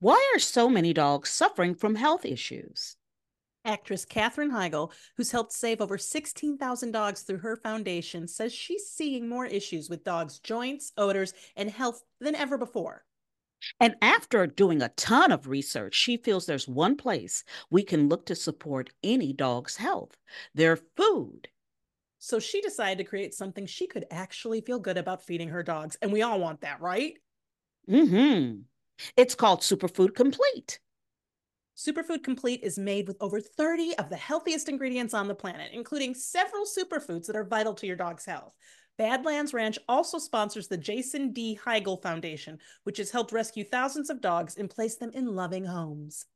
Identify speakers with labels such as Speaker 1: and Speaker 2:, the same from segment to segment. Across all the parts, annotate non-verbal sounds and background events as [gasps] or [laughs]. Speaker 1: Why are so many dogs suffering from health issues?
Speaker 2: Actress Katherine Heigl, who's helped save over 16,000 dogs through her foundation, says she's seeing more issues with dogs' joints, odors, and health than ever before.
Speaker 1: And after doing a ton of research, she feels there's one place we can look to support any dog's health their food.
Speaker 2: So she decided to create something she could actually feel good about feeding her dogs. And we all want that, right?
Speaker 1: Mm-hmm. It's called Superfood Complete.
Speaker 2: Superfood Complete is made with over 30 of the healthiest ingredients on the planet, including several superfoods that are vital to your dog's health. Badlands Ranch also sponsors the Jason D. Heigel Foundation, which has helped rescue thousands of dogs and place them in loving homes.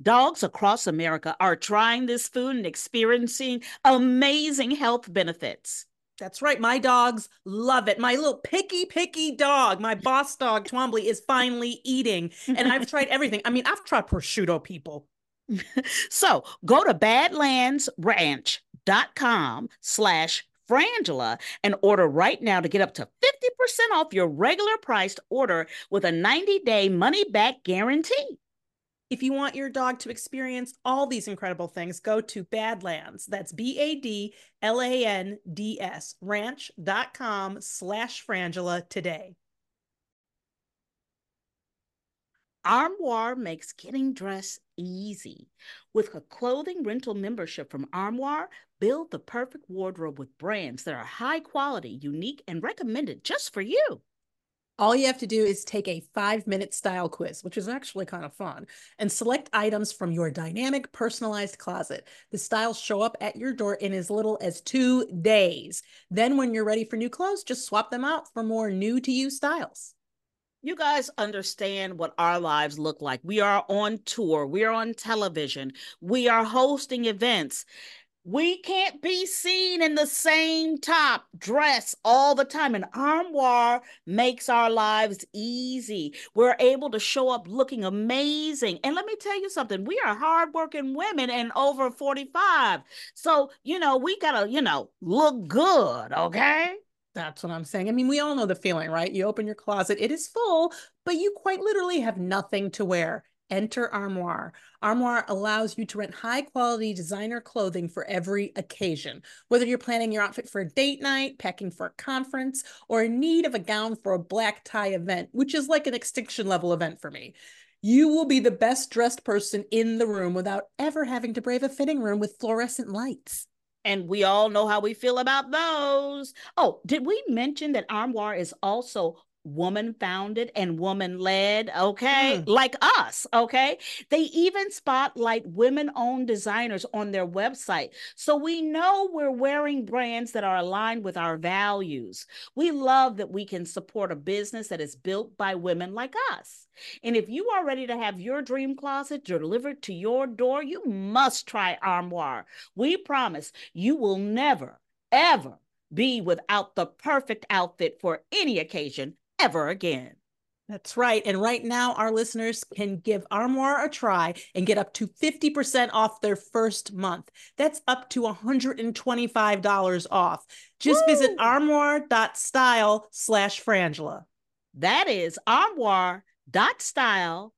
Speaker 1: Dogs across America are trying this food and experiencing amazing health benefits.
Speaker 2: That's right. My dogs love it. My little picky, picky dog, my boss dog, Twombly, is finally eating. And I've tried everything. I mean, I've tried prosciutto people.
Speaker 1: So go to badlandsranch.com slash frangela and order right now to get up to 50% off your regular priced order with a 90-day money-back guarantee.
Speaker 2: If you want your dog to experience all these incredible things, go to Badlands. That's B A D L A N D S, ranch.com slash frangela today.
Speaker 1: Armoire makes getting dressed easy. With a clothing rental membership from Armoire, build the perfect wardrobe with brands that are high quality, unique, and recommended just for you.
Speaker 2: All you have to do is take a five minute style quiz, which is actually kind of fun, and select items from your dynamic personalized closet. The styles show up at your door in as little as two days. Then, when you're ready for new clothes, just swap them out for more new to you styles.
Speaker 1: You guys understand what our lives look like. We are on tour, we are on television, we are hosting events. We can't be seen in the same top dress all the time. And armoire makes our lives easy. We're able to show up looking amazing. And let me tell you something we are hardworking women and over 45. So, you know, we got to, you know, look good, okay?
Speaker 2: That's what I'm saying. I mean, we all know the feeling, right? You open your closet, it is full, but you quite literally have nothing to wear. Enter Armoire. Armoire allows you to rent high quality designer clothing for every occasion. Whether you're planning your outfit for a date night, packing for a conference, or in need of a gown for a black tie event, which is like an extinction level event for me, you will be the best dressed person in the room without ever having to brave a fitting room with fluorescent lights.
Speaker 1: And we all know how we feel about those. Oh, did we mention that Armoire is also woman founded and woman led, okay?
Speaker 2: Mm.
Speaker 1: Like us, okay? They even spotlight women owned designers on their website. So we know we're wearing brands that are aligned with our values. We love that we can support a business that is built by women like us. And if you are ready to have your dream closet delivered to your door, you must try Armoire. We promise you will never, ever be without the perfect outfit for any occasion ever again.
Speaker 2: That's right. And right now, our listeners can give Armoire a try and get up to 50% off their first month. That's up to $125 off. Just visit
Speaker 1: Woo!
Speaker 2: armoire.style slash frangela.
Speaker 1: That is armoire.style.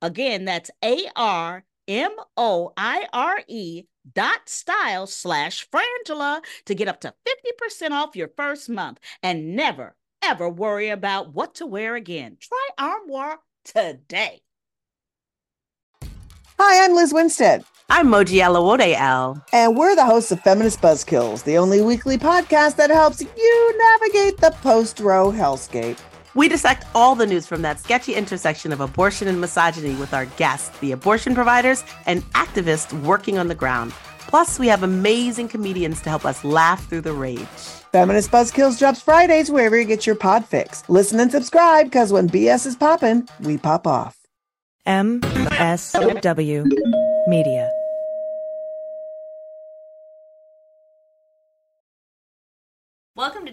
Speaker 1: Again, that's A R M O I R E dot style slash frangela to get up to 50% off your first month and never, ever worry about what to wear again. Try Armoire today.
Speaker 3: Hi, I'm Liz Winstead,
Speaker 4: I'm Moji Alawode Al.
Speaker 3: and we're the hosts of Feminist Buzzkills, the only weekly podcast that helps you navigate the post row hellscape.
Speaker 4: We dissect all the news from that sketchy intersection of abortion and misogyny with our guests, the abortion providers and activists working on the ground. Plus, we have amazing comedians to help us laugh through the rage.
Speaker 3: Feminist Buzzkills drops Fridays wherever you get your pod fix. Listen and subscribe because when BS is popping, we pop off.
Speaker 5: MSW Media.
Speaker 6: Welcome to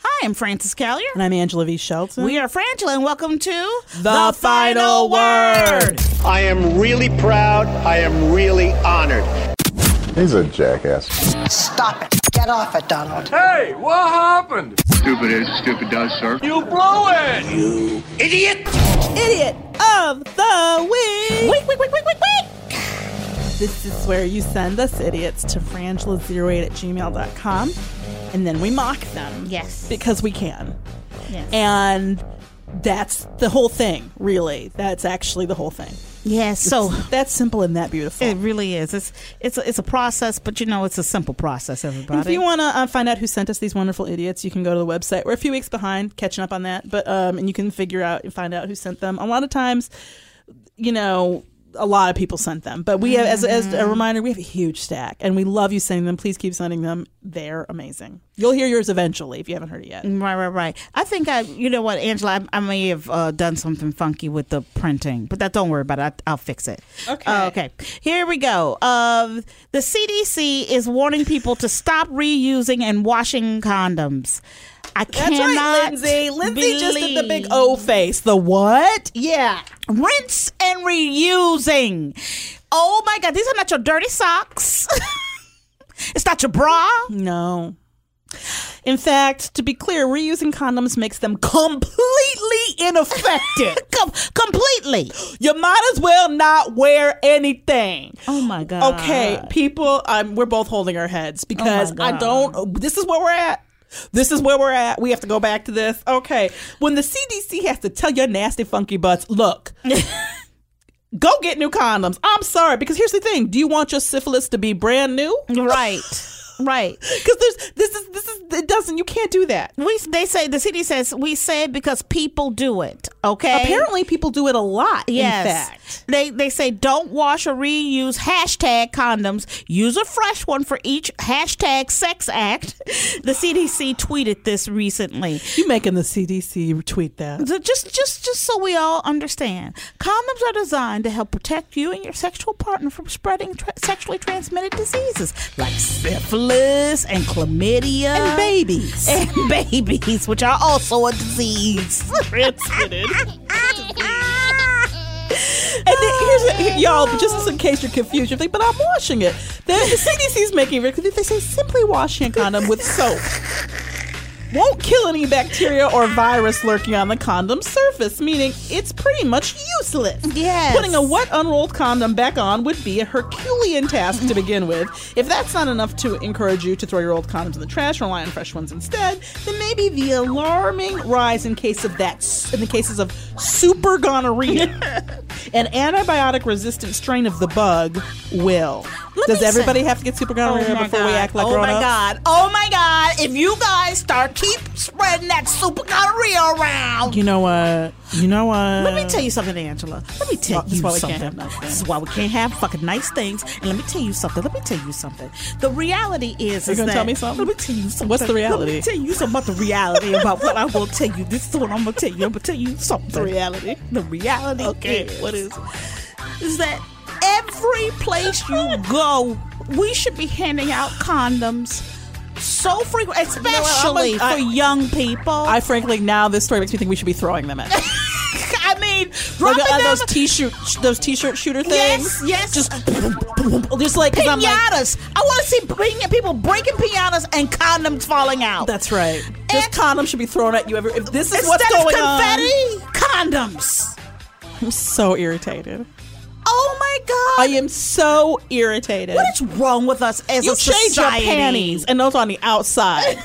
Speaker 1: Hi, I'm Frances Callier.
Speaker 7: And I'm Angela V. Shelton.
Speaker 1: We are Frangela, and welcome to
Speaker 7: The Final Word.
Speaker 8: I am really proud. I am really honored.
Speaker 9: He's a jackass.
Speaker 3: Stop it. Get off it, Donald.
Speaker 9: Hey, what happened?
Speaker 8: Stupid is, stupid does, sir.
Speaker 9: You blew it!
Speaker 7: Idiot of the Week. Week, week, week, week, week, week. This is where you send us idiots to frangela08 at gmail.com and then we mock them.
Speaker 10: Yes.
Speaker 7: Because we can.
Speaker 10: Yes.
Speaker 7: And that's the whole thing, really. That's actually the whole thing.
Speaker 1: Yes, so
Speaker 7: That's simple and that beautiful.
Speaker 1: it really is. It's it's a, it's a process, but you know, it's a simple process.
Speaker 7: If
Speaker 1: Everybody,
Speaker 7: you want to uh, find out who sent us these wonderful idiots, you can go to the website. We're a few weeks behind, catching up on that, but um, and you can figure out and find out who sent them. A lot of times, you know, a lot of people sent them, but we have, as as
Speaker 1: Mm-hmm.
Speaker 7: a reminder, we have a huge stack, and we love you sending them. Please keep sending them; they're amazing. You'll hear yours eventually if you haven't heard it yet.
Speaker 1: Right, right, right. I think I, you know what, Angela, I, I may have uh, done something funky with the printing, but that don't worry about it. I, I'll fix it.
Speaker 7: Okay.
Speaker 1: Uh, okay. Here we go. Uh, the CDC is warning people to stop reusing and washing condoms. I
Speaker 7: That's
Speaker 1: cannot.
Speaker 7: right, Lindsay. Lindsay just did the big
Speaker 1: believe-
Speaker 7: O face. The what?
Speaker 1: yeah. Rinse and reusing. Oh my God, these are not your dirty socks. it's not your bra.
Speaker 7: No. In fact, to be clear, reusing condoms makes them completely ineffective.
Speaker 1: [laughs] Com- completely.
Speaker 7: you might as well not wear anything.
Speaker 1: Oh my God.
Speaker 7: Okay, people, um, we're both holding our heads because
Speaker 1: Oh my
Speaker 7: I
Speaker 1: God.
Speaker 7: don't. This is where we're at. This is where we're at. We have to go back to this. Okay, when the CDC has to tell your nasty, funky
Speaker 1: [laughs]
Speaker 7: butts, look. Go get new condoms. I'm sorry, because here's the thing. Do you want your syphilis to be brand new?
Speaker 1: Right.
Speaker 7: [laughs]
Speaker 1: Right.
Speaker 7: Because there's this is this is it doesn't you can't do that.
Speaker 1: We they say the city says we say it [laughs] because people do it. Okay.
Speaker 7: Apparently, people do it a lot.
Speaker 1: Yes.
Speaker 7: In fact,
Speaker 1: They they say don't wash or reuse hashtag condoms. Use a fresh one for each hashtag sex act. The CDC tweeted this recently.
Speaker 7: you making the CDC
Speaker 1: [laughs]
Speaker 7: tweet that?
Speaker 1: So just just just so we all understand, condoms are designed to help protect you and your sexual partner from spreading tra- sexually transmitted diseases like syphilis and chlamydia
Speaker 7: And babies.
Speaker 1: and [laughs] babies, which are also a disease. [laughs] Transmitted.
Speaker 7: And then here's here- y'all, just in case you're confused, you're like, but I'm washing it. The, the CDC's making it very- they say simply wash your condom with soap. Won't kill any bacteria or virus lurking on the condom surface, meaning it's pretty much useless.
Speaker 1: Yes.
Speaker 7: Putting a wet, unrolled condom back on would be a Herculean task to begin with. If that's not enough to encourage you to throw your old condoms in the trash, rely on fresh ones instead, then maybe the alarming rise in case of that in the cases of
Speaker 1: [laughs]
Speaker 7: super gonorrhea, an antibiotic resistant strain of the bug, will. Does everybody have to get super grown
Speaker 1: Oh, my
Speaker 7: before we
Speaker 1: God.
Speaker 7: act like
Speaker 1: Oh
Speaker 7: grown
Speaker 1: my
Speaker 7: ups?
Speaker 1: god. Oh my god. If you guys start keep spreading that super gonorrhea around.
Speaker 7: You know what? You know what?
Speaker 1: Let me tell you something, Angela. Let me tell
Speaker 7: This
Speaker 1: you
Speaker 7: is why we
Speaker 1: something.
Speaker 7: can't have nice
Speaker 1: this is why we can't have fucking nice things. And let me tell you something. Let me tell you something. The reality is,
Speaker 7: You
Speaker 1: is
Speaker 7: gonna
Speaker 1: that-
Speaker 7: tell me something?
Speaker 1: Let me tell you something.
Speaker 7: What's the
Speaker 1: Let me
Speaker 7: reality?
Speaker 1: tell you something about the reality about what I'm gonna tell you. This is what I'm gonna tell you. I'm gonna tell you something.
Speaker 7: The reality?
Speaker 1: The reality.
Speaker 7: Okay,
Speaker 1: Is,
Speaker 7: what is
Speaker 1: Is that every place you go, we should be handing out condoms. So frequent, especially
Speaker 7: I'm a- I-
Speaker 1: for young people.
Speaker 7: I frankly now this story makes me think we should be throwing them at. Like,
Speaker 1: [laughs] I mean, dropping
Speaker 7: uh,
Speaker 1: them.
Speaker 7: those t-shirt, those t-shirt shooter things.
Speaker 1: Yes, yes. Just, just like
Speaker 7: I'm like-
Speaker 1: pinatas. I want to see bring- people breaking pinatas and condoms falling out.
Speaker 7: That's right. Just condoms should be thrown at you. Every if this is
Speaker 1: Instead
Speaker 7: what's
Speaker 1: of
Speaker 7: going
Speaker 1: confetti, condoms.
Speaker 7: on. I'm so irritated.
Speaker 1: Oh my god!
Speaker 7: I am so irritated. What
Speaker 1: is wrong with us as
Speaker 7: you
Speaker 1: a
Speaker 7: change your
Speaker 1: society?
Speaker 7: panties and those on the
Speaker 1: [laughs]
Speaker 7: outside.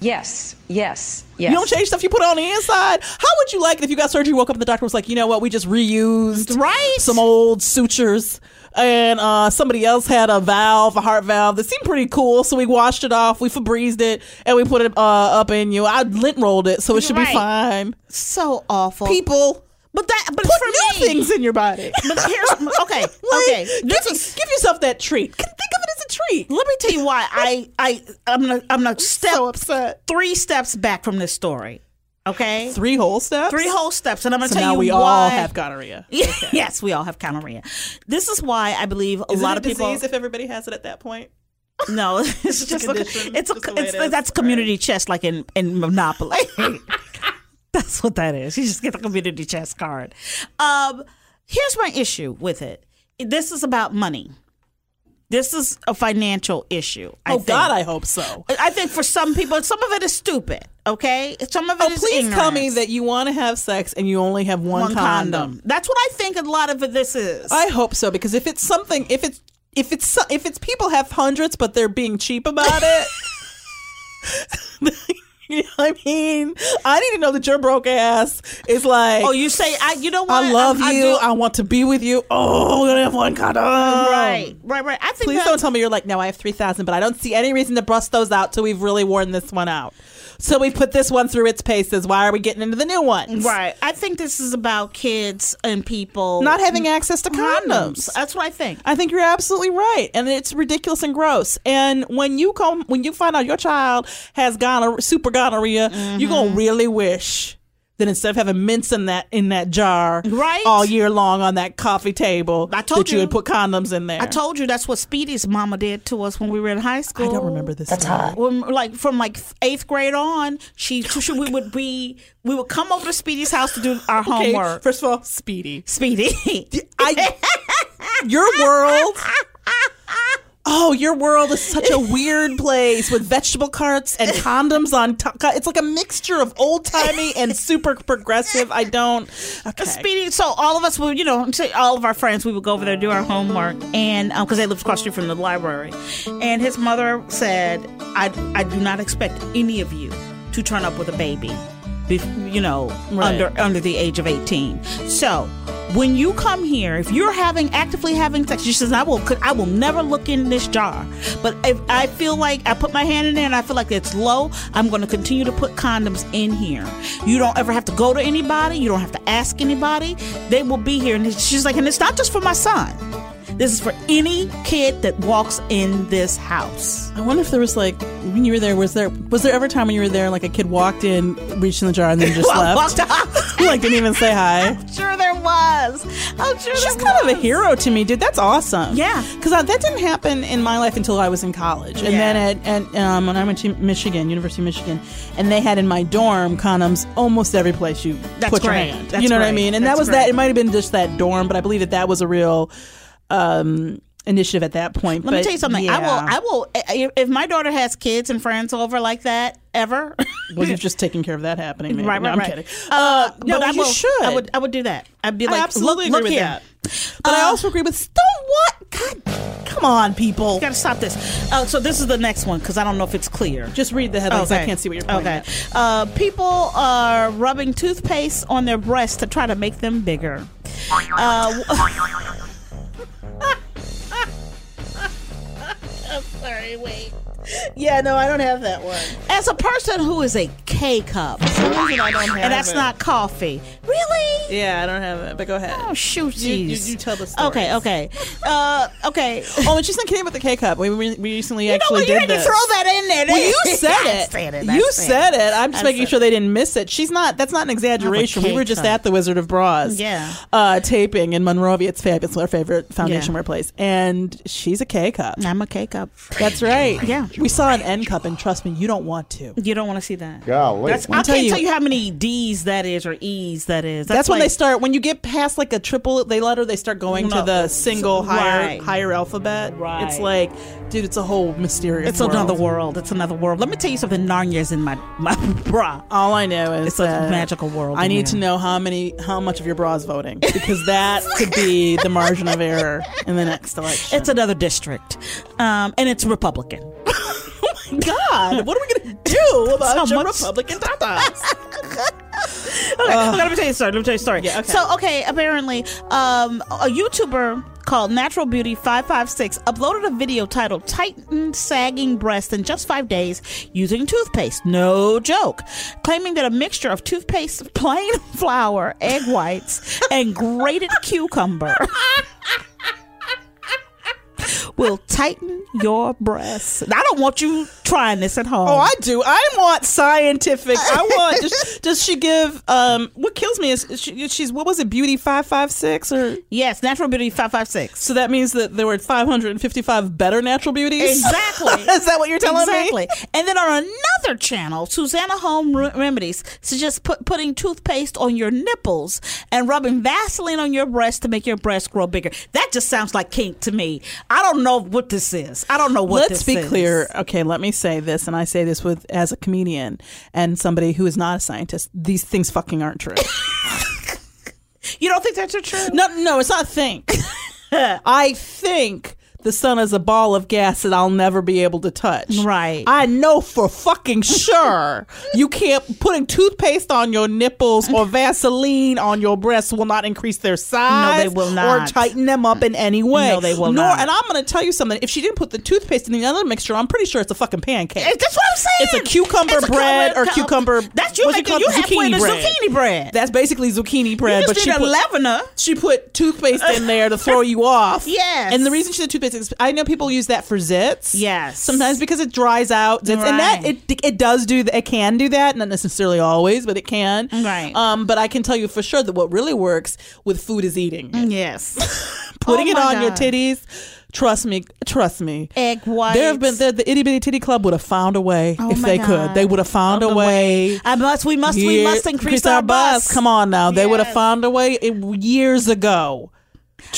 Speaker 11: Yes, yes,
Speaker 7: You don't change stuff you put on the inside. How would you like it if you got surgery, woke up, and the doctor was like, you know what, we just reused
Speaker 1: right.
Speaker 7: some old sutures, and uh, somebody else had a valve, a heart valve that seemed pretty cool, so we washed it off, we Febrezed it, and we put it uh, up in you. I lint rolled it, so it should
Speaker 1: Right.
Speaker 7: be fine.
Speaker 1: So awful.
Speaker 7: People.
Speaker 1: But that, but
Speaker 7: Put
Speaker 1: for
Speaker 7: new
Speaker 1: me,
Speaker 7: things in your body.
Speaker 1: But here's [laughs] okay,
Speaker 7: [laughs] Like,
Speaker 1: okay.
Speaker 7: Give, give yourself that treat. Think of it as a treat.
Speaker 1: Let me tell you why I I I'm gonna I'm gonna step
Speaker 7: upset.
Speaker 1: three steps back from this story. Okay,
Speaker 7: Three whole steps.
Speaker 1: Three whole steps, and I'm gonna
Speaker 7: So
Speaker 1: tell
Speaker 7: now
Speaker 1: you
Speaker 7: we
Speaker 1: why. [laughs]
Speaker 7: all have gonorrhea.
Speaker 1: yes, we all have gonorrhea. This is why I believe a
Speaker 7: Is
Speaker 1: lot
Speaker 7: it a
Speaker 1: of people.
Speaker 7: disease if everybody has it at that point?
Speaker 1: No, [laughs] it's,
Speaker 7: It's just a
Speaker 1: just a-
Speaker 7: condition,
Speaker 1: it's, a,
Speaker 7: just the way
Speaker 1: it's
Speaker 7: it is.
Speaker 1: that's community chest like in in
Speaker 7: [laughs]
Speaker 1: Monopoly. [laughs] that's what that is. You just get the community chest card. Um, here's my issue with it. This is about money. This is a financial issue. I
Speaker 7: oh
Speaker 1: think.
Speaker 7: God, I hope so.
Speaker 1: I think for some people, some of it is stupid. Okay, some of it
Speaker 7: Oh,
Speaker 1: is
Speaker 7: please tell me
Speaker 1: ignorance.
Speaker 7: that you want to have sex and you only have one,
Speaker 1: One
Speaker 7: condom.
Speaker 1: condom. That's what I think a lot of this is.
Speaker 7: I hope so because if it's something, if it's if it's so- if it's people have hundreds but they're being cheap about it. [laughs] You know what I mean, I need to know that your broke ass is like.
Speaker 1: oh, you say I. You know what?
Speaker 7: I love
Speaker 1: I
Speaker 7: you.
Speaker 1: do-
Speaker 7: I, want to be with you. Oh, we only have one condom.
Speaker 1: right, right, right. I think
Speaker 7: Please
Speaker 1: that-
Speaker 7: don't tell me you're like, no, I have 3,000, but I don't see any reason to bust those out till we've really worn this one out. So we've put this one through its paces. Why are we getting into the new ones?
Speaker 1: Right. I think this is about kids and people
Speaker 7: Not having access to condoms.
Speaker 1: That's what I think.
Speaker 7: I think you're absolutely right, and it's ridiculous and gross. And when you come, when you find out your child has gonorrhea, super gonorrhea, you're
Speaker 1: Mm-hmm.
Speaker 7: gonna really wish that instead of having mints in that in that jar
Speaker 1: Right.
Speaker 7: all year long on that coffee table, I
Speaker 1: told
Speaker 7: that you
Speaker 1: you.
Speaker 7: would put condoms in there.
Speaker 1: I told you that's what Speedy's mama did to us when we were in high school.
Speaker 7: I don't remember this.
Speaker 1: That's
Speaker 7: story.
Speaker 1: hot. When, like from like eighth grade on, she, she we would be we would come over to Speedy's house to do our
Speaker 7: Okay,
Speaker 1: homework.
Speaker 7: first of all, Speedy.
Speaker 1: Speedy,
Speaker 7: [laughs] I, your world. Oh, your world is such a weird place with vegetable carts and condoms on top. It's like a mixture of old timey and super progressive. I don't. Okay.
Speaker 1: Speedy. So all of us would, you know, to all of our friends, we would go over there do our homework, and because they lived across the street from the library, and his mother said, "I I do not expect any of you to turn up with a baby, bef- you know,
Speaker 7: Right.
Speaker 1: under under the age of eighteen. So when you come here, if you're having actively having sex, she says, I will cook- I will never look in this jar, but if I feel like I put my hand in there and I feel like it's low, I'm going to continue to put condoms in here. You don't ever have to go to anybody. You don't have to ask anybody. They will be here. And she's like, and it's not just for my son. This is for any kid that walks in this house.
Speaker 7: I wonder if there was like when you were there. Was there was there ever a time when you were there like a kid walked in, reached in the jar, and
Speaker 1: [laughs]
Speaker 7: then just
Speaker 1: I
Speaker 7: left?
Speaker 1: walked off.
Speaker 7: [laughs] like didn't even say hi.
Speaker 1: sure there was. I'm sure
Speaker 7: She's
Speaker 1: there
Speaker 7: kind of a
Speaker 1: was.
Speaker 7: hero to me, dude. That's awesome.
Speaker 1: Yeah.
Speaker 7: because that didn't happen in my life until I was in college, and
Speaker 1: Yeah.
Speaker 7: then at, at um, when I went to Michigan, University of Michigan, and they had in my dorm condoms almost every place you
Speaker 1: That's
Speaker 7: put your
Speaker 1: great.
Speaker 7: hand.
Speaker 1: That's
Speaker 7: you know what I
Speaker 1: great.
Speaker 7: mean? And
Speaker 1: That's
Speaker 7: that was
Speaker 1: great.
Speaker 7: that. It might have been just that dorm, but I believe that that was a real um, initiative at that point.
Speaker 1: Let me
Speaker 7: But
Speaker 1: tell you something.
Speaker 7: Yeah.
Speaker 1: I will. I will. If my daughter has kids and friends over like that ever,
Speaker 7: [laughs] Well, you've just taken care of that happening. Maybe.
Speaker 1: right, right,
Speaker 7: No, I'm
Speaker 1: right.
Speaker 7: kidding.
Speaker 1: Uh,
Speaker 7: no,
Speaker 1: but I
Speaker 7: you
Speaker 1: will,
Speaker 7: should.
Speaker 1: I would. I would do that. I'd be
Speaker 7: I
Speaker 1: like,
Speaker 7: absolutely
Speaker 1: look,
Speaker 7: agree
Speaker 1: look
Speaker 7: with
Speaker 1: here.
Speaker 7: that. But I
Speaker 1: Uh,
Speaker 7: also agree with don't what? God, come on, people.
Speaker 1: Gotta stop this. Uh, so this is the next one because I don't know if it's clear.
Speaker 7: Just read the headlines. I can't see what you're pointing
Speaker 1: Okay.
Speaker 7: at.
Speaker 1: Uh, people are rubbing toothpaste on their breasts to try to make them [laughs] bigger. Uh,
Speaker 7: it. Yeah, no, I don't have that one.
Speaker 1: As a person who is a K cup, and that's
Speaker 7: it.
Speaker 1: not coffee. Really?
Speaker 7: Yeah, I don't have it. But go ahead.
Speaker 1: Oh shoot!
Speaker 7: You, you, you tell the story.
Speaker 1: Okay, okay, uh,
Speaker 7: [laughs]
Speaker 1: okay.
Speaker 7: Oh, and she's not kidding about the K cup. We, we we recently
Speaker 1: You know
Speaker 7: actually
Speaker 1: what? You
Speaker 7: did
Speaker 1: had to
Speaker 7: this.
Speaker 1: throw that in there. [laughs]
Speaker 7: Well, you said
Speaker 1: I
Speaker 7: it.
Speaker 1: said it, I
Speaker 7: You
Speaker 1: said
Speaker 7: said
Speaker 1: it.
Speaker 7: it. I'm just
Speaker 1: I
Speaker 7: making
Speaker 1: said
Speaker 7: sure they didn't miss it. She's not. That's not an exaggeration. We were just at the Wizard of Bras.
Speaker 1: Yeah.
Speaker 7: Uh, taping in Monrovia. It's fabulous. Our favorite foundation
Speaker 1: Yeah.
Speaker 7: wear place. And she's a K cup.
Speaker 1: I'm a K cup.
Speaker 7: That's right.
Speaker 1: Yeah.
Speaker 7: We saw an N cup, and trust me, you don't want to.
Speaker 1: You don't want to see that.
Speaker 7: Golly.
Speaker 1: That's, I
Speaker 7: Let me
Speaker 1: can't
Speaker 7: tell
Speaker 1: tell you,
Speaker 7: you-
Speaker 1: how many D's that is or E's that is.
Speaker 7: That's, when
Speaker 1: like-
Speaker 7: they start. When you get past like a triple, they letter, they start going to
Speaker 1: No.
Speaker 7: the single higher
Speaker 1: Right.
Speaker 7: higher alphabet.
Speaker 1: Right.
Speaker 7: It's like, dude, it's a whole mysterious.
Speaker 1: It's another world. It's another world. Let me tell you something. Narnia's in my my [laughs] bra.
Speaker 7: All I know is
Speaker 1: It's a
Speaker 7: that
Speaker 1: magical world
Speaker 7: I
Speaker 1: in
Speaker 7: need
Speaker 1: there.
Speaker 7: to know how many, how much of your bra is voting because that could be the margin of error in the next election.
Speaker 1: It's another district, um, and it's Republican.
Speaker 7: [laughs] Oh God, what are we gonna
Speaker 1: [laughs]
Speaker 7: do about
Speaker 1: So
Speaker 7: your
Speaker 1: much-
Speaker 7: Republican
Speaker 1: [laughs]
Speaker 7: tatas?
Speaker 1: Okay, okay, let me tell you a story. Let me tell you a story.
Speaker 7: Yeah, okay.
Speaker 1: So, okay, apparently, um, a YouTuber called Natural Beauty Five Five Six uploaded a video titled "Tighten Sagging Breasts in Just Five Days Using Toothpaste." No joke, claiming that a mixture of toothpaste, [laughs] plain flour, egg whites, and grated cucumber will tighten your breasts. I don't want you trying this at home.
Speaker 7: Oh, I do. I want scientific. I
Speaker 1: [laughs]
Speaker 7: want. Does, does she give? Um, what kills me is she, she's what was it? Beauty five five six or
Speaker 1: yes, Natural Beauty Five Five Six.
Speaker 7: So that means that there were 555 better natural beauties?
Speaker 1: Exactly.
Speaker 7: [laughs] Is that what you're telling me?
Speaker 1: exactly. And then on another channel, Susanna Home Re- Remedies suggests put, putting toothpaste on your nipples and rubbing Vaseline on your breast to make your breasts grow bigger. That just sounds like kink to me. I don't know what this is. I don't know what
Speaker 7: Let's
Speaker 1: this
Speaker 7: be
Speaker 1: is.
Speaker 7: clear. Okay, let me say this, and I say this with as a comedian and somebody who is not a scientist. These things fucking aren't true.
Speaker 1: You don't think that's true?
Speaker 7: no, no, it's not
Speaker 1: [laughs]
Speaker 7: think. I think the sun is a ball of gas that I'll never be able to touch.
Speaker 1: Right.
Speaker 7: I know for fucking sure you can't putting toothpaste on your nipples or Vaseline on your breasts will not increase their size.
Speaker 1: they will not.
Speaker 7: Or tighten them up in any way.
Speaker 1: No, they will
Speaker 7: Nor,
Speaker 1: not.
Speaker 7: And I'm going to tell you something. If she didn't put the toothpaste in the other mixture, I'm pretty sure it's a fucking pancake.
Speaker 1: It- That's what I'm
Speaker 7: It's
Speaker 1: saying.
Speaker 7: a cucumber
Speaker 1: It's a
Speaker 7: bread
Speaker 1: colored
Speaker 7: or
Speaker 1: cup.
Speaker 7: cucumber.
Speaker 1: That's you
Speaker 7: what's it
Speaker 1: making you
Speaker 7: called?
Speaker 1: halfway to zucchini bread.
Speaker 7: That's basically zucchini bread.
Speaker 1: just
Speaker 7: but
Speaker 1: need
Speaker 7: she
Speaker 1: a
Speaker 7: put,
Speaker 1: leavener.
Speaker 7: She put toothpaste in there to throw you
Speaker 1: [laughs]
Speaker 7: off.
Speaker 1: Yes.
Speaker 7: And the reason she did toothpaste is I know people use that for zits.
Speaker 1: Yes.
Speaker 7: Sometimes because it dries out zits, and that
Speaker 1: Right.
Speaker 7: it it does do that. It can do that, not necessarily always, but it can.
Speaker 1: Right.
Speaker 7: Um. But I can tell you for sure that what really works with food is eating. it.
Speaker 1: Mm, Yes.
Speaker 7: [laughs] Putting
Speaker 1: Oh
Speaker 7: it
Speaker 1: my
Speaker 7: on your
Speaker 1: God.
Speaker 7: titties. Trust me. Trust me.
Speaker 1: Egg whites.
Speaker 7: There have been the, the itty bitty titty club would have found a way
Speaker 1: Oh
Speaker 7: if
Speaker 1: my
Speaker 7: they
Speaker 1: God.
Speaker 7: could. They would have found a
Speaker 1: Found a
Speaker 7: way.
Speaker 1: I must. We must. we
Speaker 7: Yeah,
Speaker 1: must increase our, bus.
Speaker 7: Come on now, they would have
Speaker 1: Yes.
Speaker 7: found a way it, years ago.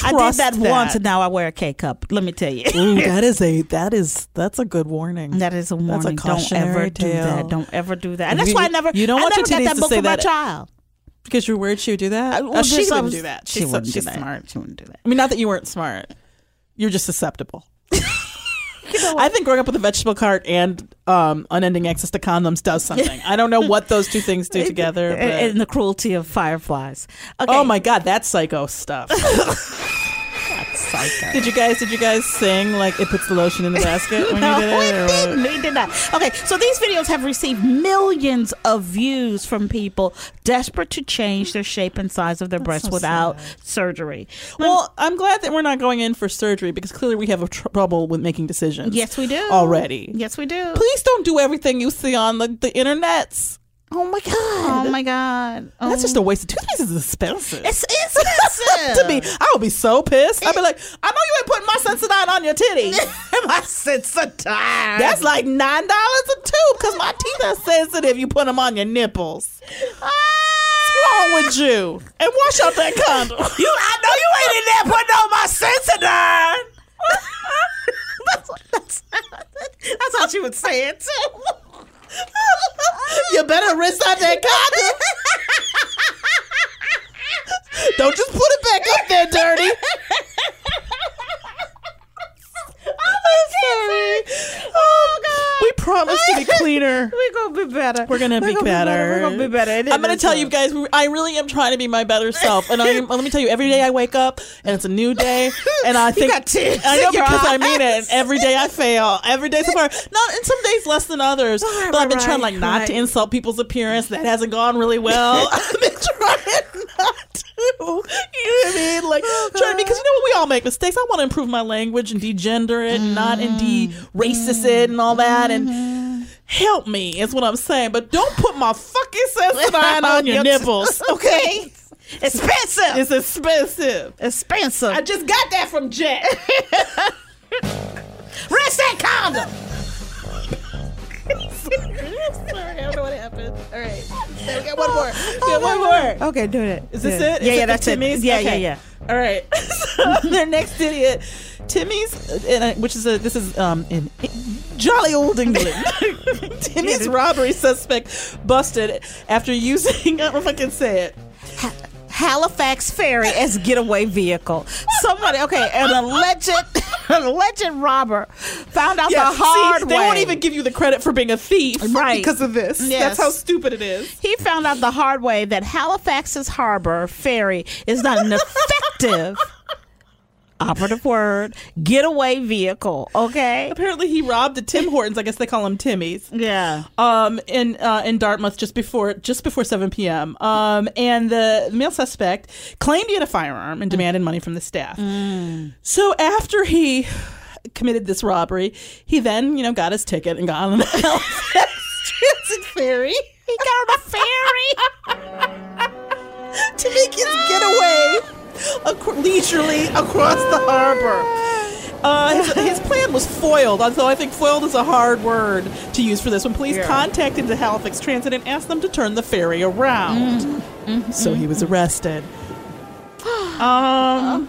Speaker 1: I did
Speaker 7: Trust
Speaker 1: that, once, and now I wear a K cup. Let me tell you.
Speaker 7: Ooh, that is a that is that's a good warning.
Speaker 1: [laughs] That is a warning.
Speaker 7: That's a
Speaker 1: don't ever
Speaker 7: cautionary
Speaker 1: do
Speaker 7: tale.
Speaker 1: that. Don't ever do that. And that's
Speaker 7: You-
Speaker 1: why I never.
Speaker 7: you don't
Speaker 1: I
Speaker 7: want your
Speaker 1: never got
Speaker 7: titties
Speaker 1: that
Speaker 7: to
Speaker 1: book
Speaker 7: say
Speaker 1: for my
Speaker 7: that.
Speaker 1: child.
Speaker 7: because you're worried she would do that.
Speaker 1: well,
Speaker 7: Oh, she
Speaker 1: just I
Speaker 7: wouldn't
Speaker 1: was-
Speaker 7: do that.
Speaker 1: she
Speaker 7: She's, so,
Speaker 1: wouldn't do
Speaker 7: she's
Speaker 1: that.
Speaker 7: smart.
Speaker 1: She wouldn't do that.
Speaker 7: I mean, not that you weren't smart. You're just susceptible. I think growing up with a vegetable cart and um, unending access to condoms does something. I don't know what those two
Speaker 1: [laughs]
Speaker 7: things do together. But...
Speaker 1: And and the cruelty of fireflies. Okay.
Speaker 7: Oh my god, that's
Speaker 1: [laughs]
Speaker 7: psycho stuff.
Speaker 1: Psycho.
Speaker 7: Did you guys? Did you guys sing like it puts the lotion in the basket
Speaker 1: [laughs]
Speaker 7: when
Speaker 1: No,
Speaker 7: you did it?
Speaker 1: we
Speaker 7: or what?
Speaker 1: didn't. We did not. Okay, so these videos have received millions of views from people desperate to change their shape and size of their breasts without surgery.
Speaker 7: Well, I'm glad that we're not going in for surgery because clearly we have a tr- trouble with making decisions.
Speaker 1: yes, we do
Speaker 7: already.
Speaker 1: Yes, we do.
Speaker 7: Please don't do everything you see on the, the internets.
Speaker 1: Oh my god. Oh my god. Oh.
Speaker 7: That's just a waste of toothpaste. Is expensive. [laughs]
Speaker 1: It's expensive
Speaker 7: to me, I would be so pissed. I'd be like, I know you ain't putting my Sensodyne on your titty.
Speaker 1: [laughs] my sensitized.
Speaker 7: That's like nine dollars a tube because my teeth are sensitive. You put them on your nipples. What's wrong with you? And wash out that condom.
Speaker 1: Ah. [laughs] you. I know you ain't in there putting on my
Speaker 7: [laughs]
Speaker 1: Sensodyne. that's, what, that's, that's how she would say it too.
Speaker 7: you better rinse out that condom. Don't just put it back up there, dirty.
Speaker 1: [laughs] [laughs]
Speaker 7: I'm sorry. Oh, God. We promised to be cleaner.
Speaker 1: we gonna be better. [laughs] We're gonna
Speaker 7: be better.
Speaker 1: We're gonna be better. It
Speaker 7: I'm gonna
Speaker 1: is
Speaker 7: tell
Speaker 1: so.
Speaker 7: you guys. we- I really am trying to be my better self, and I let me tell you, every day I wake up and it's a new day, and
Speaker 1: [laughs]
Speaker 7: I think
Speaker 1: got tears
Speaker 7: I know
Speaker 1: in your
Speaker 7: because I mean it.
Speaker 1: eyes.
Speaker 7: And every day I fail. Every day so far, not and some days less than others. but I've been
Speaker 1: right,
Speaker 7: trying like not
Speaker 1: right.
Speaker 7: to insult people's appearance. That hasn't gone really
Speaker 1: [laughs]
Speaker 7: well. [laughs] I've been trying not [laughs] to. You know what I mean? Like trying because you know what? We all make mistakes. I want to improve my language and degender it, and not and de-racist it, and all that, and. Help me is what I'm saying, but don't put my fucking sensodyne on [laughs] your nipples, okay? Expensive. It's expensive. Expensive. I just got that from [laughs] Jack. Rinse that [laughs] condom. Sorry, I don't know what happened. All [laughs] right. So we got one more. We got Oh, one more.
Speaker 1: Okay, do it.
Speaker 7: Is this
Speaker 1: Do
Speaker 7: it? Is
Speaker 1: Yeah, yeah,
Speaker 7: the
Speaker 1: that's it.
Speaker 7: Timmy's?
Speaker 1: Yeah,
Speaker 7: Okay.
Speaker 1: yeah,
Speaker 7: All right. [laughs] so their next idiot, Timmy's, uh, and, uh, which is a this is um in jolly old [laughs] England. Timmy's robbery suspect busted after using [laughs] I don't know if I can say it.
Speaker 1: Halifax Ferry as getaway vehicle. Somebody, okay, an
Speaker 7: [laughs]
Speaker 1: alleged, an alleged robber found out
Speaker 7: Yeah,
Speaker 1: the hard
Speaker 7: see,
Speaker 1: way.
Speaker 7: They won't even give you the credit for being a thief,
Speaker 1: Right.
Speaker 7: Because of this,
Speaker 1: Yes.
Speaker 7: that's how stupid it is.
Speaker 1: He found out the hard way that Halifax's harbor ferry is
Speaker 7: [laughs]
Speaker 1: not an effective operative word getaway vehicle. Okay.
Speaker 7: Apparently, he robbed a Tim Hortons. I guess they call him Timmy's.
Speaker 1: Yeah.
Speaker 7: Um, in uh, in Dartmouth just before just before 7 p.m. Um, and the male suspect claimed he had a firearm and demanded money from the staff.
Speaker 1: Mm.
Speaker 7: So after he committed this robbery, he then you know got his ticket and got on the [laughs] transit ferry.
Speaker 1: He got on a ferry.
Speaker 7: [laughs] to make his getaway ac- leisurely across the harbor. Uh, his, his plan was foiled, although I think foiled is a hard word to use for this. When police contacted the Halifax Transit and asked them to turn the ferry around,
Speaker 1: Mm-hmm.
Speaker 7: so he was arrested. Um,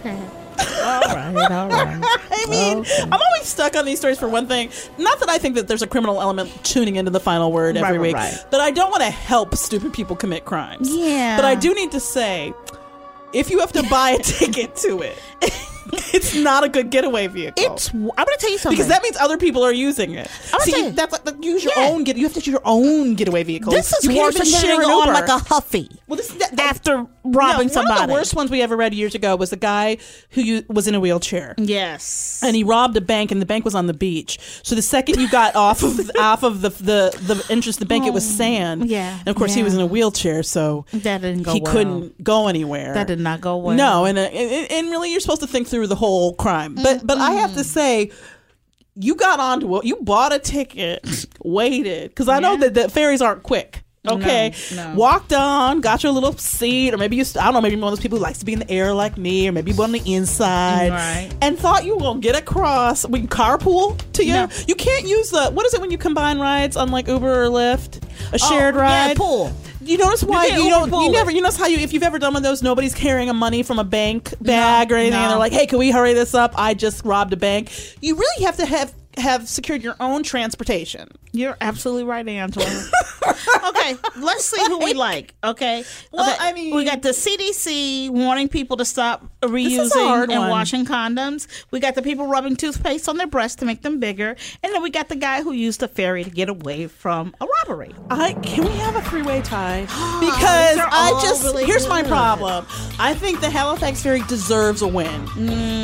Speaker 7: I mean, I'm always stuck on these stories for one thing. Not that I think that there's a criminal element tuning into the final word every
Speaker 1: Right, right,
Speaker 7: week,
Speaker 1: right.
Speaker 7: but I don't want to help stupid people commit crimes.
Speaker 1: Yeah.
Speaker 7: But I do need to say if you have to buy a ticket to it, [laughs] it's not a good getaway vehicle.
Speaker 1: It's. I'm gonna tell you something.
Speaker 7: because that means other people are using it.
Speaker 1: I'm gonna
Speaker 7: See,
Speaker 1: tell you-
Speaker 7: that's like, like, use your
Speaker 1: Yeah.
Speaker 7: own get. You have to do your own getaway vehicle.
Speaker 1: this is
Speaker 7: you can't
Speaker 1: worse than
Speaker 7: even share
Speaker 1: shitting
Speaker 7: an
Speaker 1: on
Speaker 7: Uber.
Speaker 1: like a [laughs] huffy.
Speaker 7: Well, this is that,
Speaker 1: after robbing
Speaker 7: no, One of
Speaker 1: somebody.
Speaker 7: the worst ones we ever read years ago was a guy who u- was in a wheelchair.
Speaker 1: Yes.
Speaker 7: And he robbed a bank, and the bank was on the beach. So the second you
Speaker 1: [laughs]
Speaker 7: got off of off of the the, the entrance of the bank, it was sand.
Speaker 1: Oh, yeah,
Speaker 7: And of course, he
Speaker 1: yeah.
Speaker 7: was in a wheelchair, so
Speaker 1: That didn't go
Speaker 7: he
Speaker 1: well.
Speaker 7: couldn't go anywhere.
Speaker 1: That did not go well.
Speaker 7: No, and, uh, and and really, you're supposed to think through the whole crime. But but I have to
Speaker 1: Mm-hmm.
Speaker 7: say, you got onto it. You bought a ticket, waited, because I know that the ferries aren't quick. Okay, walked on, got your little seat, or maybe you, I don't know, maybe you're one of those people who likes to be in the air like me, or maybe you're on the inside,
Speaker 1: Right.
Speaker 7: and thought you were gonna get across. We can carpool to you. You can't use the what is it when you combine rides on like Uber or Lyft, a shared ride?
Speaker 1: Yeah, pool.
Speaker 7: You notice why
Speaker 1: can't
Speaker 7: you don't
Speaker 1: overpull
Speaker 7: you
Speaker 1: it.
Speaker 7: never you notice how you if you've ever done one of those nobody's carrying a money from a bank bag or anything
Speaker 1: no.
Speaker 7: and they're like hey can we hurry this up I just robbed a bank you really have to have have secured your own transportation
Speaker 1: You're absolutely right,
Speaker 7: [laughs]
Speaker 1: Antoine. okay, let's see who we like. Okay,
Speaker 7: Well,
Speaker 1: Okay,
Speaker 7: I mean-
Speaker 1: we got the CDC warning people to stop
Speaker 7: is a
Speaker 1: reusing
Speaker 7: hard
Speaker 1: and
Speaker 7: one.
Speaker 1: washing condoms. We got the people rubbing toothpaste on their breasts to make them bigger, and then we got the guy who used the ferry to get away from a robbery.
Speaker 7: I can we have a three way tie
Speaker 1: [gasps] these
Speaker 7: because
Speaker 1: are
Speaker 7: I
Speaker 1: all
Speaker 7: just
Speaker 1: really
Speaker 7: here's my
Speaker 1: good.
Speaker 7: problem I think the Halifax Ferry deserves a win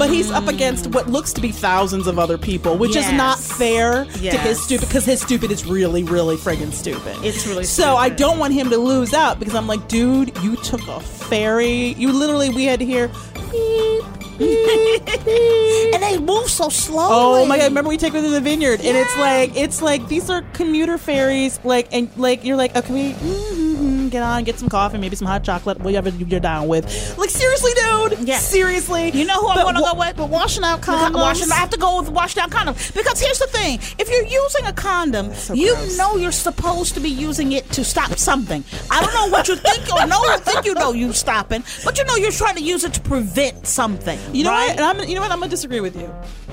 Speaker 7: but he's up against what looks to be thousands of other people which is
Speaker 1: Mm.
Speaker 7: not
Speaker 1: Yes.
Speaker 7: fair to
Speaker 1: Yes.
Speaker 7: his stupid because his stupid is really really friggin' stupid
Speaker 1: It's really
Speaker 7: so I don't want him to lose out because I'm like, dude, you took a ferry. You literally, we had to hear. beep,
Speaker 1: [laughs]
Speaker 7: beep, beep.
Speaker 1: And they move so slowly.
Speaker 7: Oh my god! Remember we take her to the vineyard, and it's like it's like these are commuter ferries, like and like you're like, oh, can we mm-hmm, get on, get some coffee, maybe some hot chocolate, whatever you're down with. Like seriously, dude.
Speaker 1: Yeah.
Speaker 7: Seriously.
Speaker 1: You know who I
Speaker 7: But
Speaker 1: want to
Speaker 7: wha-
Speaker 1: go with? But washing out condoms. Washing, I have to go with washing out condoms. Because here's the thing if you're using a condom, you know you're supposed to be using it to stop something. I don't know what you think or know or think you know you stopping, but you know you're trying to use it to prevent something.
Speaker 7: You know
Speaker 1: right?
Speaker 7: what? And I'm you know what? I'm gonna disagree with you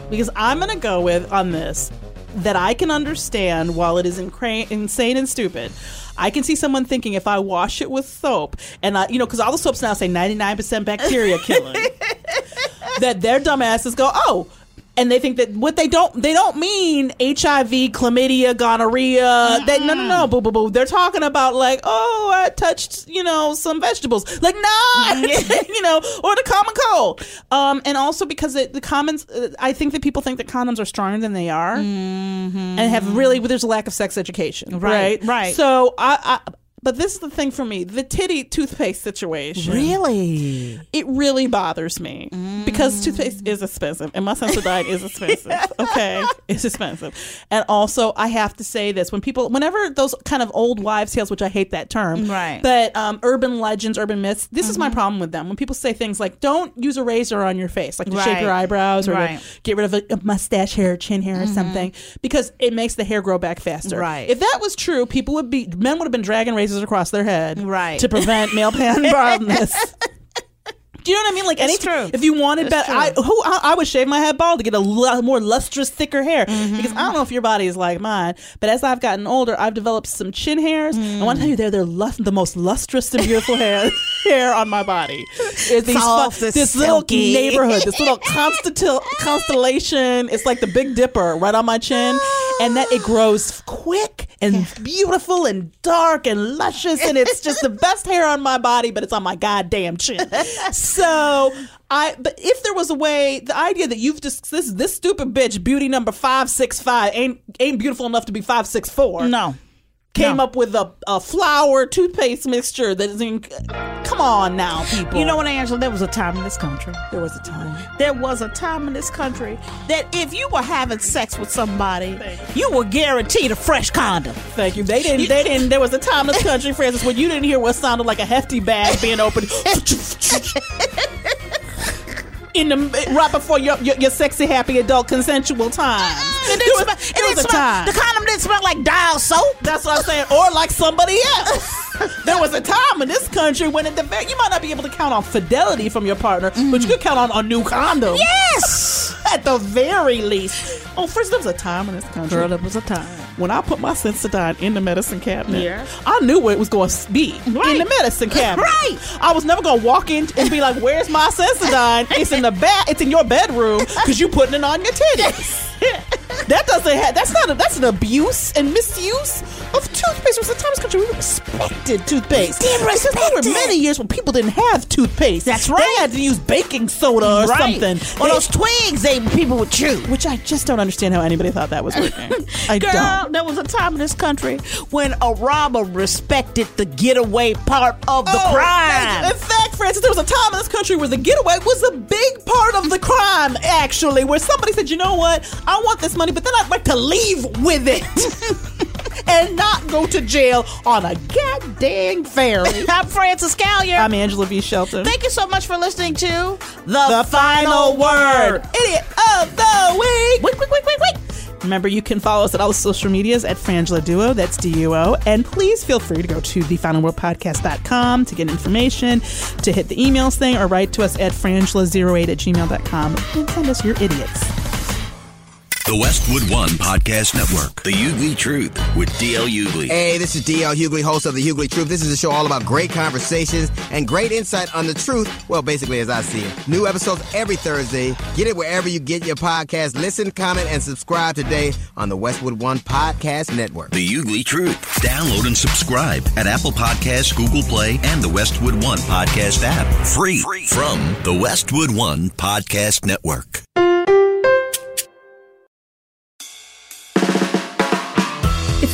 Speaker 7: because I'm gonna go with on this that I can understand while it is incra- insane and stupid. I can see someone thinking if I wash it with soap and I, you know, because all the soaps [laughs] now say 99% bacteria killing, that their dumbasses go, oh. and they think that what they don't they don't mean HIV, chlamydia, gonorrhea. That no no no boo boo boo. They're talking about like oh I touched you know some vegetables like no [laughs] you know or the common cold. Um, and also because it, the commons, uh, I think that people think that condoms are stronger than they are, and have really there's a lack of sex education.
Speaker 12: Right,
Speaker 7: Right,
Speaker 12: right.
Speaker 7: So I. I but this is the thing for me the titty toothpaste situation.
Speaker 12: Really?
Speaker 7: It really bothers me because toothpaste is expensive and my Sensodyne
Speaker 12: [laughs]
Speaker 7: is expensive. Okay. It's expensive. And also, I have to say this when people, whenever those kind of old wives' tales, which I hate that term,
Speaker 12: Right. Mm-hmm.
Speaker 7: but um, urban legends, urban myths, this is my problem with them. When people say things like, don't use a razor on your face, like to shape your
Speaker 12: Right.
Speaker 7: eyebrows or to
Speaker 12: Right. Mm-hmm.
Speaker 7: get rid of a, a mustache hair, chin hair, or something, because it makes the hair grow back faster.
Speaker 12: Right.
Speaker 7: If that was true, people would be, men would have been dragging razors across their head
Speaker 12: Right.
Speaker 7: to
Speaker 12: [laughs]
Speaker 7: prevent male pan baldness. Do you know what I mean? Like, any
Speaker 12: true.
Speaker 7: if you wanted
Speaker 12: That's
Speaker 7: better, I,
Speaker 12: true.
Speaker 7: who I, I would shave my head bald to get a l- more lustrous, thicker hair because I don't know if your body is like mine. But as I've gotten older, I've developed some chin hairs. I want to tell you, they're, they're lust- the most lustrous and beautiful [laughs] hair hair on my body. It's these
Speaker 12: Soft
Speaker 7: fu-
Speaker 12: and
Speaker 7: this little
Speaker 12: silky.
Speaker 7: neighborhood, this little constitu- constellation. It's like the Big Dipper right on my chin, and that it grows quick and beautiful and dark and luscious, and it's just the best hair on my body, but it's on my goddamn chin. So. I but if there was a way, the idea that you've just this this stupid bitch beauty number five six five ain't ain't beautiful enough to be five six four.
Speaker 12: No.
Speaker 7: came
Speaker 12: No.
Speaker 7: up with a, a flour toothpaste mixture that is in. Come on now, people.
Speaker 12: You know what, Angela? There was a time in this country.
Speaker 7: There was a time.
Speaker 12: There was a time in this country that if you were having sex with somebody, you were guaranteed a fresh condom.
Speaker 7: Thank you. They didn't. They didn't. There was a time in this country, Francis, when you didn't hear what sounded like a hefty bag being opened in the right before your your, your sexy, happy, adult, consensual time.
Speaker 12: It
Speaker 7: There was-
Speaker 12: didn't smell-
Speaker 7: there
Speaker 12: it
Speaker 7: was
Speaker 12: didn't
Speaker 7: a
Speaker 12: smell-
Speaker 7: time.
Speaker 12: The condom didn't smell like dial soap.
Speaker 7: That's what I'm saying. Or like somebody else. there was a time in this country when, at the very, you might not be able to count on fidelity from your partner, but you could count on a new condom.
Speaker 12: Mm. Yes.
Speaker 7: At the very least. Oh, first, there was a time in this country.
Speaker 12: Girl, there was a time.
Speaker 7: when I put my Sensodyne in the medicine cabinet,
Speaker 12: Yeah.
Speaker 7: I knew what it was going to be in the medicine cabinet.
Speaker 12: Right.
Speaker 7: I was never going to walk in and be like, "Where's my Sensodyne? It's in the bath. It's in your bedroom because you putting it on your titties."
Speaker 12: [laughs]
Speaker 7: that doesn't. Ha- that's not. A, that's an abuse and misuse of toothpaste. It was a time in this country we respected toothpaste.
Speaker 12: We did
Speaker 7: Because there were
Speaker 12: respect it.
Speaker 7: many years when people didn't have toothpaste.
Speaker 12: That's
Speaker 7: They
Speaker 12: right.
Speaker 7: had to use baking soda or
Speaker 12: Right.
Speaker 7: something.
Speaker 12: Or
Speaker 7: They-
Speaker 12: those twigs they people would chew.
Speaker 7: which I just don't understand how anybody thought that was working.
Speaker 12: [laughs]
Speaker 7: I
Speaker 12: Girl,
Speaker 7: don't.
Speaker 12: there was a time in this country when a robber respected the getaway part of the
Speaker 7: Oh,
Speaker 12: crime.
Speaker 7: thank you. In fact, Francis, there was a time in this country where the getaway was a big part of the crime, actually, where somebody said, you know what, I want this money, but then I'd like to leave with it [laughs] and not go to jail on a goddamn ferry.
Speaker 12: I'm [laughs] Francis Callier.
Speaker 7: I'm Angela V. Shelton.
Speaker 12: Thank you so much for listening to
Speaker 7: the final word. Idiot of the week.
Speaker 12: Wait, wait, wait, wait, wait.
Speaker 7: Remember, you can follow us at all the social medias at Frangela Duo, that's D U O. And please feel free to go to thefinalworldpodcast.com to get information, to hit the emails thing, or write to us at frangela08 at gmail.com and send us your idiots.
Speaker 13: The Westwood One Podcast Network. The Hughley Truth with DL Hughley.
Speaker 14: Hey, this is DL Hughley, host of The Hughley Truth. This is a show all about great conversations and great insight on the truth. Well, basically, as I see it. New episodes every Thursday. Get it wherever you get your podcast. Listen, comment, and subscribe today on the Westwood One Podcast Network.
Speaker 13: The Hughley Truth. Download and subscribe at Apple Podcasts, Google Play, and the Westwood One Podcast app. Free, from the Westwood One Podcast Network.
Speaker 8: It's